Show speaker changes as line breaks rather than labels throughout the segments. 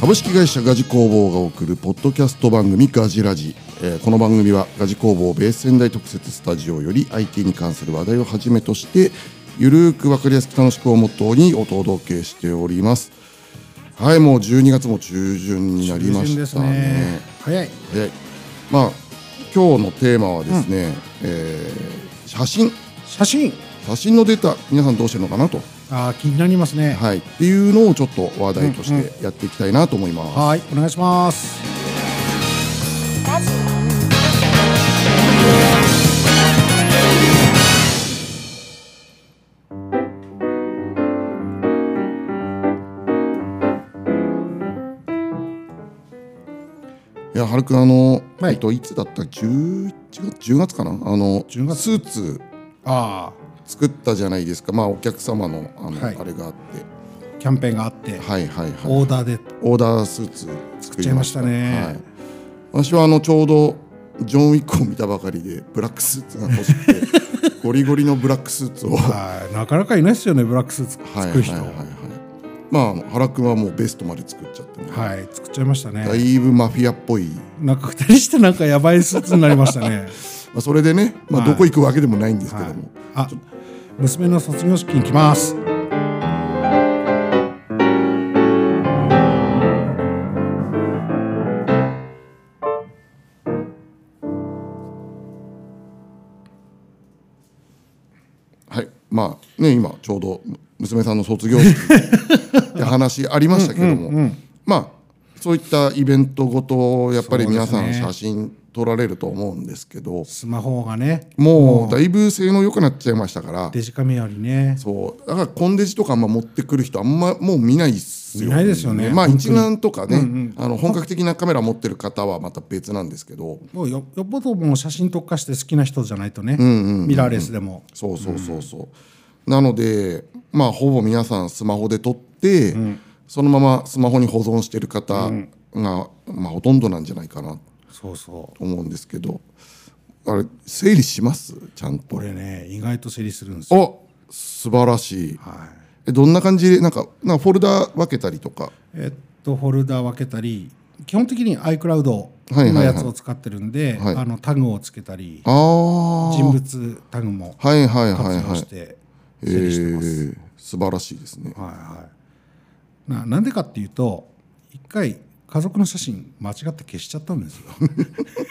株式会社ガジ工房が送るポッドキャスト番組ガジラジ、えーこの番組はガジ工房ベース仙台特設スタジオより IT に関する話題をはじめとしてゆるーくわかりやすく楽しくをモットーにお届けしておりますはいもう12月も中旬になりま
中旬
し
です
たね
ね早い
でまあ今日のテーマはですね、えー写真
写真
写真のデータ皆さんどうしてるのかなと、
あー気になりますね
はい、っていうのをちょっと話題としてやっていきたいなと思います、
はいお願いします
いやはるくんあの、
はい
えっと、いつだった11月10月かなあの
10月
スーツ
あ
作ったじゃないですか、まあ、お客様のあの、
はい
あれがあって
あキャンペーンがあって、
はいはいはい
オーダーで
オーダースーツ作
っちゃいましたね
はい、私はあのちょうどジョン・ウィックを見たばかりでブラックスーツが欲 しくてゴリゴリのブラックスーツを
あーなかなかいないですよねブラックスーツ
はい
作
はい
る
はい
人は
はいいまああの原くんはもうベストまで作っちゃって、ね
作っちゃいましたね
だいぶマフィアっぽい、
なんか二人してなんかやばいスーツになりました ね
まあ、それでね、まあ、
はい
どこ行くわけでもないんですけども、
はいあ娘の卒業式に来ます
はいまあね今ちょうど娘さんの卒業式って話ありましたけども、まあそういったイベントごとやっぱり皆さ
そうんですね
写真撮られると思うんですけど
スマホがね
もうだいぶ性能良くなっちゃいましたから
デジカメよりね
そうだからコンデジとかあんま持ってくる人あんまもう見ないっすよ
見ないですよね
まあ
本当
一
に
眼とかね、あの本格的なカメラ持ってる方はまた別なんですけど
もうよよっぽどもう写真特化して好きな人じゃないとね、ミラーレスでも
そうそうそうそう、なのでまあほぼ皆さんスマホで撮って、そのままスマホに保存してる方が、まあ、ほとんどなんじゃないかな
そうそう
と思うんですけどあれ整理しますちゃんと
これね意外と整理するんですよ、
お素晴らしい
はい、
えどんな感じでなんかなんかフォルダ分けたりとか
えっとフォルダ分けたり基本的に iCloud
はいは
の
い
やつを使ってるんで、
はい
あのタグをつけたり
ああ
人物タグも
はいはいは
活
い
用
はい
して
え
整理してます、
ー素晴らしいですね。
はいはいななんでかっていうと一回家族の写真間違って消しちゃったんですよ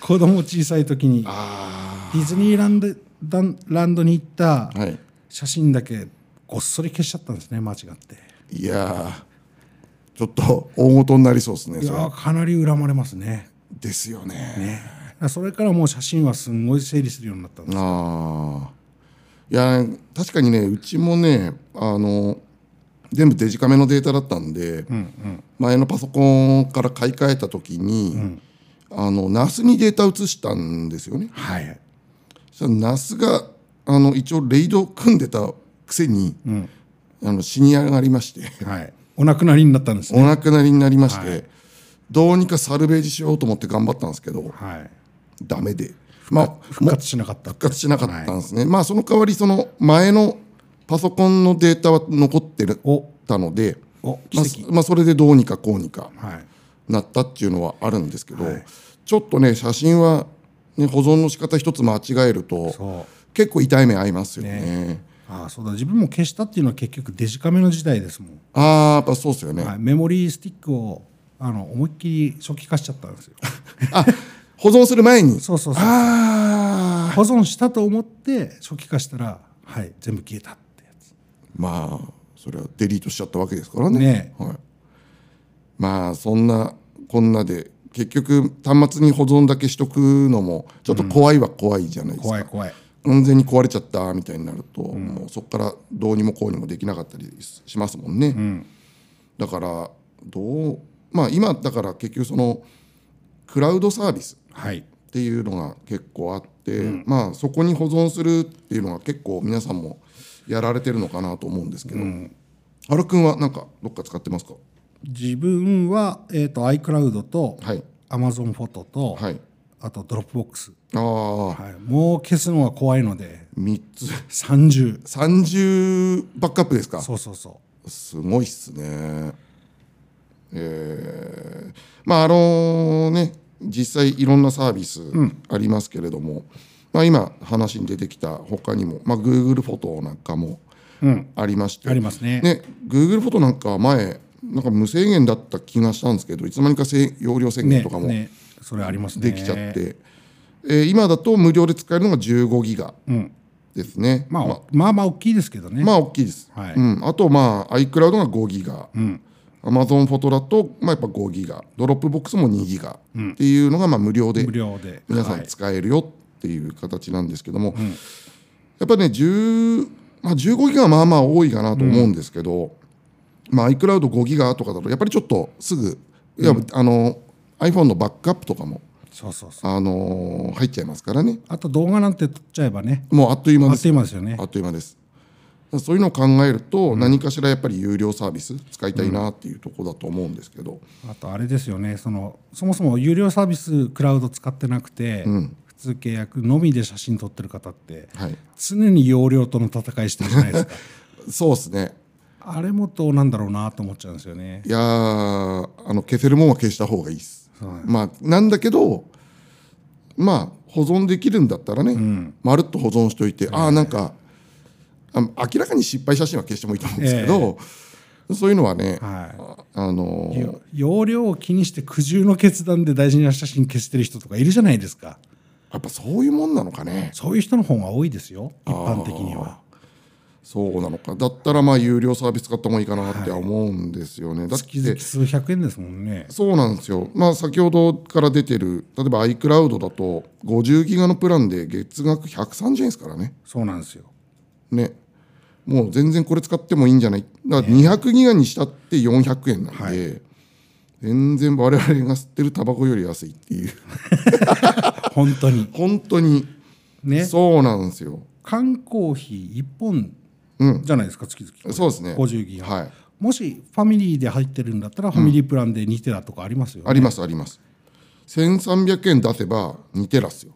子供小さい時にディズニーランドランランドに行った
はい。
写真だけごっそり消しちゃったんですね間違って
いやー、ちょっと大事になりそうですね。
い
そ
や
れ
ーかなり恨まれますね
ですよね。
ねそれからもう写真はすんごい整理するようになったんです
ああ、いやー確かにね、うちもね、あの全部デジカメのデータだったんで、前のパソコンから買い替えた時に、あのナスにデータ移したんですよね。
はい
そしたらナスがあの一応レイド組んでたくせに、あの死に上がりまして。
はいお亡くなりになったんですね
お亡くなりになりまして、どうにかサルベージしようと思って頑張ったんですけど、
はい
ダメで、まあ、
復活しなかった
復活しなかったんですね、まあその代わりその前のパソコンのデータは残ってる
お
たので、
お
まあ
奇跡
まあそれでどうにかこうにか
はい
なったっていうのはあるんですけど、ちょっとね写真は、ね、保存の仕方一つ間違えると
そう
結構痛い目合いますよね。
ああそうだ自分も消したっていうのは結局デジカメの時代ですもん、
ああやっぱそうですよね。
はい、メモリースティックをあの思いっきり初期化しちゃったんですよ
あ保存する前に
そうそうそう
ああ
保存したと思って初期化したらはい全部消えたってやつ
まあそれはデリートしちゃったわけですからね
ね
はい、まあそんなこんなで結局端末に保存だけしとくのもちょっと怖いは怖いじゃないですか、
怖い怖い
完全に壊れちゃったみたいになると、もうそこからどうにもこうにもできなかったりしますもんね、だからどうまあ今だから結局そのクラウドサービス
はい
っていうのが結構あって、まあそこに保存するっていうのが結構皆さんもやられてるのかなと思うんですけど、原くんはなんかどっか使ってますか
自分は、えー、と iCloud と
はい
Amazon フォトと、
はい
あとドロップボックス、
ああ、
はい、もう消すのは怖いので
3つ
30
30バックアップですか
そうそうそ
すごいっすねえーまああのね実際いろんなサービスありますけれども、まあ、今話に出てきた他にも、まあ、Google フォトなんかも
うん
ありまして、
ありますね
ね Google フォトなんかは前なんか無制限だった気がしたんですけどいつの間にかせ容量制限
ね
とかも
ねそれありますね
できちゃって、えー今だと無料で使えるのが15ギガ
うん
ですね、
まあ、
まあ
まあまあ大きいですけどね、
まあ大きいです、
はい
うん、あとまあ iCloud が5ギガ、Amazon フォトだと、まあ、やっぱ5ギガドロップボックスも2ギガっていうのがまあ無料で
無料で
皆さ
は
ん
い
使えるよっていう形なんですけども、やっぱね10、まあ、15ギガはまあまあ多いかなと思うんですけど、まあ、iCloud5 ギガとかだとやっぱりちょっとすぐ、いやあの iPhone のバックアップとかも、
そうそうそう
あのー入っちゃいますからね
あと動画なんて撮っちゃえばね
もうあっという間
あ
で
っ
す
という間ですよね
あっという間です。そういうのを考えると、何かしらやっぱり有料サービス使いたいなっていうところだと思うんですけど、
あとあれですよねそのそもそも有料サービスクラウド使ってなくて、普通契約のみで写真撮ってる方って、
はい
常に容量との戦いしてるじゃないです か
そうですね
あれもどうなんだろうなと思っちゃうんですよね
いやーあの消せるもんは消した方がいいです、まあなんだけどまあ保存できるんだったらね、まるっと保存しておいて、ああなんかあ明らかに失敗写真は消してもいいと思うんですけど、そういうのはね、
は
あの
い
ー
よ容量を気にして苦渋の決断で大事な写真消してる人とかいるじゃないですか
やっぱそういうもんなのかね
そういう人の方が多いですよ一般的には
そうなのかだったらまあ有料サービス使った方がいいかなって思うんですよね、だって
月々数百円ですもんね
そうなんですよ、まあ、先ほどから出てる例えば iCloud だと50ギガのプランで月額130円ですからね
そうなんですよ
ねもう全然これ使ってもいいんじゃないだから200ギガにしたって400円なんで、全然我々が吸ってるタバコより安いっていう
本当に
本当に
ね
そうなんですよ
缶コーヒー1本じゃないですか、月々
そうですね
50ギガ、
はい
もしファミリーで入ってるんだったらファミリープランで2テラとかありますよ、
ありますあります1300円出せば2テラスよ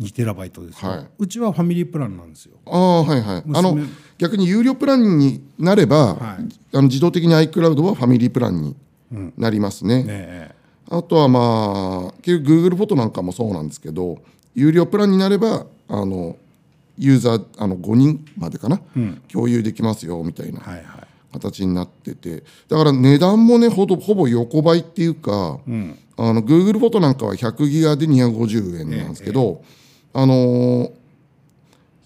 2テラバイトですよ、
はいう
ちはファミリープランなんですよ
ああはいはい
娘
あの逆に有料プランになれ
は
ば、
い
あの自動的に iCloud はファミリープランになりますね、
ね
あとはまあ結局 Google フォトなんかもそうなんですけど有料プランになればあのユーザーあの5人までかな、共有できますよみたいな
はいはい
形になっててだから値段もねほどほぼ横ばいっていうか、あの Google フォトなんかは100ギガで250円なんですけど、あのー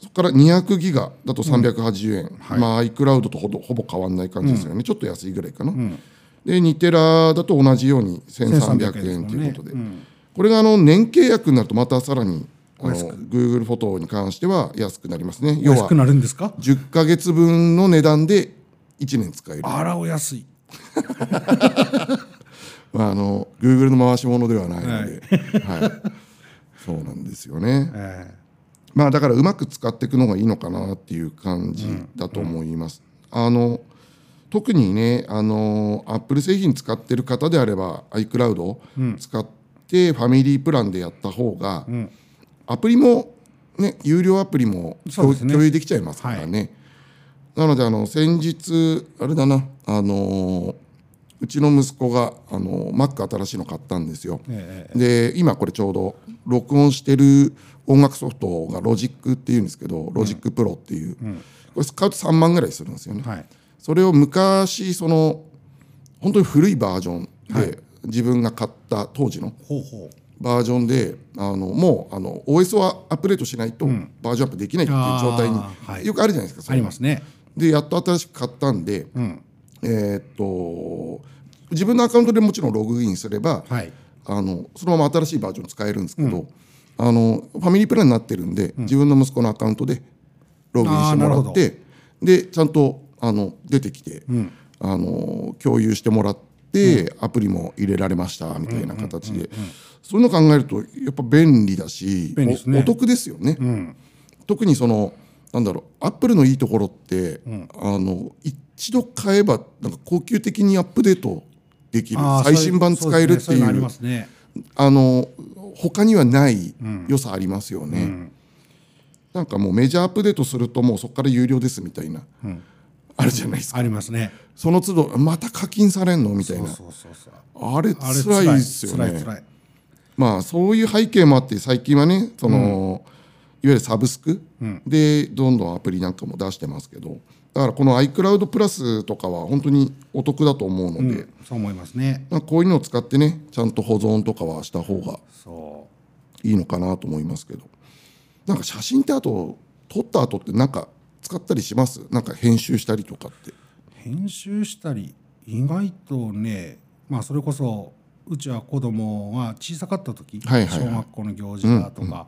そこから200ギガだと380円、まあ、iCloud とほどほぼ変わんない感じですよね、ちょっと安いぐらいかな、で2テラだと同じように1300
1300
円ということ
で
で、
すもん
これがあの年契約になるとまたさらにあの
安く
Google フォトに関しては安くなりますね要
安
は
くなるんですか
10ヶ月分の値段で1年使える
あらお安い
まあ、あの Google の回し物ではないので、はいそうなんですよね。
え
まあ、だからうまく使っていくのがいいのかなっていう感じだと思います。あの特にねあの Apple 製品使ってる方であれば iCloud を使ってファミリープランでやった方が、アプリも、ね、有料アプリも
そう
共,、
ですね
有できちゃいますからね。なのであの先日あれだなあのうちの息子があの Mac 新しいの買ったんですよ。
え
で今これちょうど録音してる音楽ソフトがロジックっていうんですけど、ロジックプロっていう、これ使うと3万ぐらいするんですよね、
はい
それを昔その本当に古いバージョンで、自分が買った当時の
ほうほう
バージョンであのもうあの OS はアップデートしないとバージョンアップできないっていう状態に、
あーはい
よくあるじゃないですかそ
あ
う
り
いうの
ますね
でやっと新しく買ったんで、えーっと自分のアカウントでもちろんログインすれば、
はい
あのそのまま新しいバージョン使えるんですけど、あのファミリープランになってるんで、自分の息子のアカウントでログインしてもらっ
あー
てでちゃんとあの出てきて、あの共有してもらって、アプリも入れられましたみたいな形で、そういうの考えるとやっぱ便利だし
便利ですね
おお得ですよね。特にそのなんだろうアップルのいいところって、あの一度買えばなんか恒久的にアップデートできる
あー
最新版使えるって
そ
いう
ですねそのありますね
あの他にはない良さありますよね、なんかもうメジャーアップデートするともうそこから有料ですみたいな、あるじゃないですか
ありますね
その都度また課金されんのみたいな
そうそうそう
あれ
あれ
辛いですよね
辛い辛い
まあそういう背景もあって最近はねその、いわゆるサブスクでどんどんアプリなんかも出してますけどだからこの iCloud プラスとかは本当にお得だと思うので、
辛い、うん、そう思いますね
まあこういうのを使ってねちゃんと保存とかはした方が
そ
いいのかなと思いますけどなんか写真ってあと撮った後ってなんか使ったりしますなんか編集したりとかって
う編集したり意外とねまあそれこそうちは子供が小さかった時、
はいはいはい
小学校の行事だとか、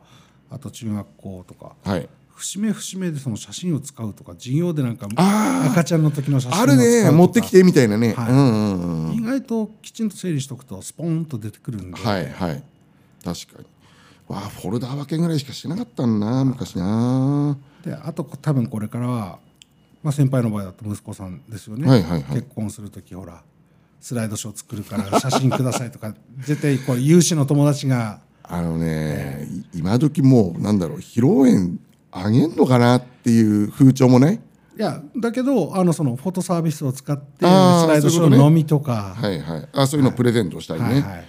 あと中学校とか
はい
節目節目でその写真を使うとか授業でなんか
あ
赤ちゃんの時の写真を
あ
使
る
うとか
ね持ってきてみたいなね、
はい
うんうんうん
意外ときちんと整理しとくとスポーンと出てくるんで、
はいはい確かにわあフォルダー分けぐらいしかしなかったんな昔な
であとこ多分これからは、まあ、先輩の場合だと息子さんですよね、
はいはいはい
結婚する時ほらスライドショー作るから写真くださいとか 絶対こう有志の友達が
あのね、い今時もうなんだろう披露宴あげんのかなっていう風潮もない
いやだけどあのそのフォトサービスを使ってス
あー
ライドショーのみとか
はいはいあそういうのプレゼントしたりね、
はいはい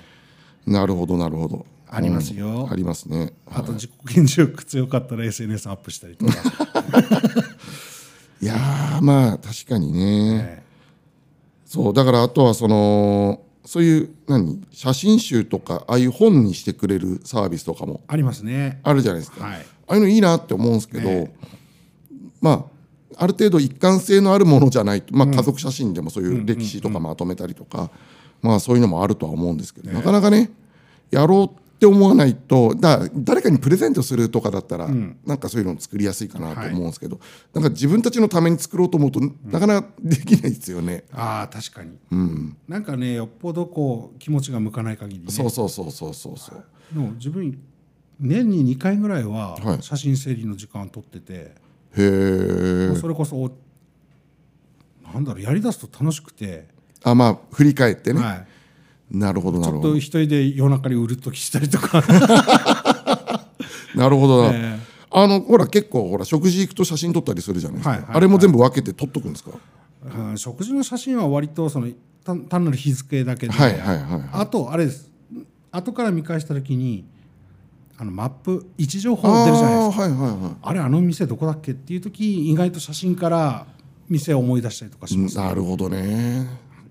なるほどなるほど
ありますよ
うんありますね
あと自己顕示欲強かったら SNS アップしたりとか、
いやーまあ確かにね、
え
そうだからあとはそのそういう何写真集とかああいう本にしてくれるサービスとかも
ありますね
あるじゃないですか、
はい
ああいうのいいなって思うんですけど、
え
まあある程度一貫性のあるものじゃないと、まあ、家族写真でもそういう歴史とかまとめたりとか、まあ、そういうのもあるとは思うんですけど、なかなかねやろうって思わないとだ誰かにプレゼントするとかだったら、なんかそういうの作りやすいかなと思うんですけど、なんか自分たちのために作ろうと思うとなかなかできないですよね。
ああ確かに
うん、
なんかねよっぽどこう気持ちが向かない限りね
そうそうそうそうそうそう。
でも自分年に2回ぐらいは
はい
写真整理の時間を取ってて、
へえ
もう。それこそなんだろうやりだすと楽しくて、
あまあ振り返ってね。
はい、
なるほどな
ち
る
ょっ
ほど
と。一人で夜中にうるっときしたりとか、
なるほどな。
ええ
あのほら結構ほら食事行くと写真撮ったりするじゃないですか、
はいはいはい
あれも全部分けて撮っとくんですか、
うん食事の写真は割とその単単なる日付だけで、
はいはいはいはい
あとあれです後から見返した時にあのマップ位置情報
あ
出るじゃないですか
ーはいはいは
あれあの店どこだっけっていう時意外と写真から店を思い出したりとかし
い
ま
うん
す、
なるほどね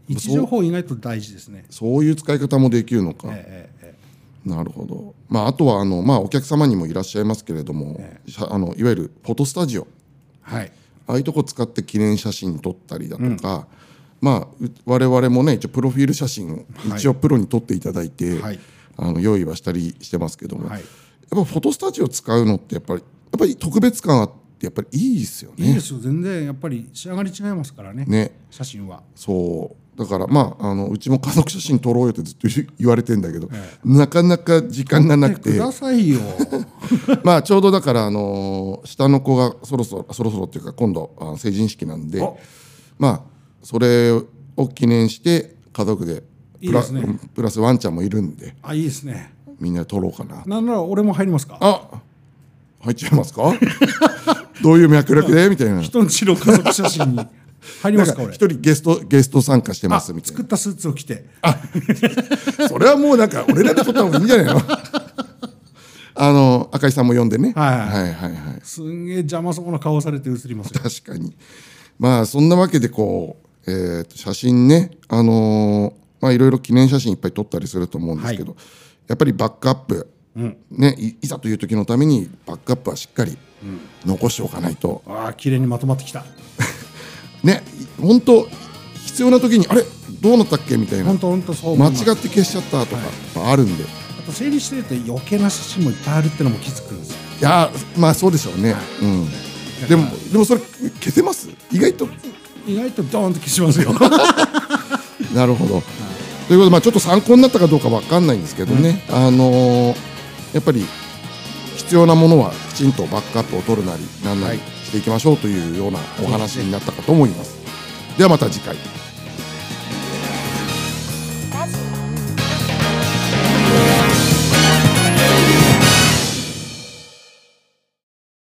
位置情報意外と大事ですね、
そういう使い方もできるのか、
ええええ
なるほど、まあ、あとはあの、まあ、お客様にもいらっしゃいますけれども、しゃあのいわゆるフォトスタジオ
はい
ああいうとこ使って記念写真撮ったりだとか、まあう我々もね一応プロフィール写真を
はい
一応プロに撮っていただいて、
はい
あの用意はしたりしてますけども、
はい
やっぱフォトスタジオ使うのってやっぱりやっぱり特別感あってやっぱりいいですよ
いい
ね。
ですよ全然やっぱり仕上がり違いますからね
ね
写真は
そうだからまああのうちも家族写真撮ろうよってずっと言言われてんだけど、
え
なかなか時間がな
く
くて
ださいよ
まあちょうどだから、あのー下の子がそろそろそろそろっていうか今度あ成人式なんで
お
まあそれを記念して家族で
いい
プラ
ですね
プラスワンちゃんもいるんで
あいいですね
みんなで撮ろうかな
なんなら俺も入りますか
あ入っちゃいま すかどういう脈絡でみたいな
人んちの家族写真に入りますか
なんか
俺
一人ゲストゲスト参加してま
あ
すみたい
作ったスーツを着て
なそれはもうなんか俺らで撮った方がいいんじゃない のあの赤井さんも呼んでね
はい
はいはいはい
すんげえ邪魔そうな顔されて写りますよ
確かにまあそんなわけでこう、えーと写真ねあのーまあいろいろ記念写真いっぱい撮ったりすると思うんですけど、やっぱりバックアップ、ね、いいざという時のためにバックアップはしっかり残しておかないと、
ああ綺麗にまとまってきた
ね本当必要な時にあれどうなったっけみたいな
本当本当そう思
間
い
違
ます
って消しちゃったとか、まああるんで
あと整理してると余計な写真もいっぱいあるってのも気づくんですよ
いやーまあそうでしょうね、うんでもでもそれ消せます意外と
意外とドーンと消しますよ
なるほど。ということで、まあ、ちょっと参考になったかどうかわかんないんですけどね、あのーやっぱり必要なものはきちんとバックアップを取るなり、なんなりしていきましょうというようなお話になったかと思います。ではまた次回。